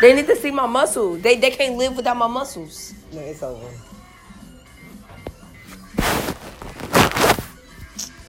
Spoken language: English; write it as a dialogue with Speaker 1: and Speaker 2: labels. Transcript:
Speaker 1: They need to see my muscles. They they can't live without my muscles.
Speaker 2: No, it's over.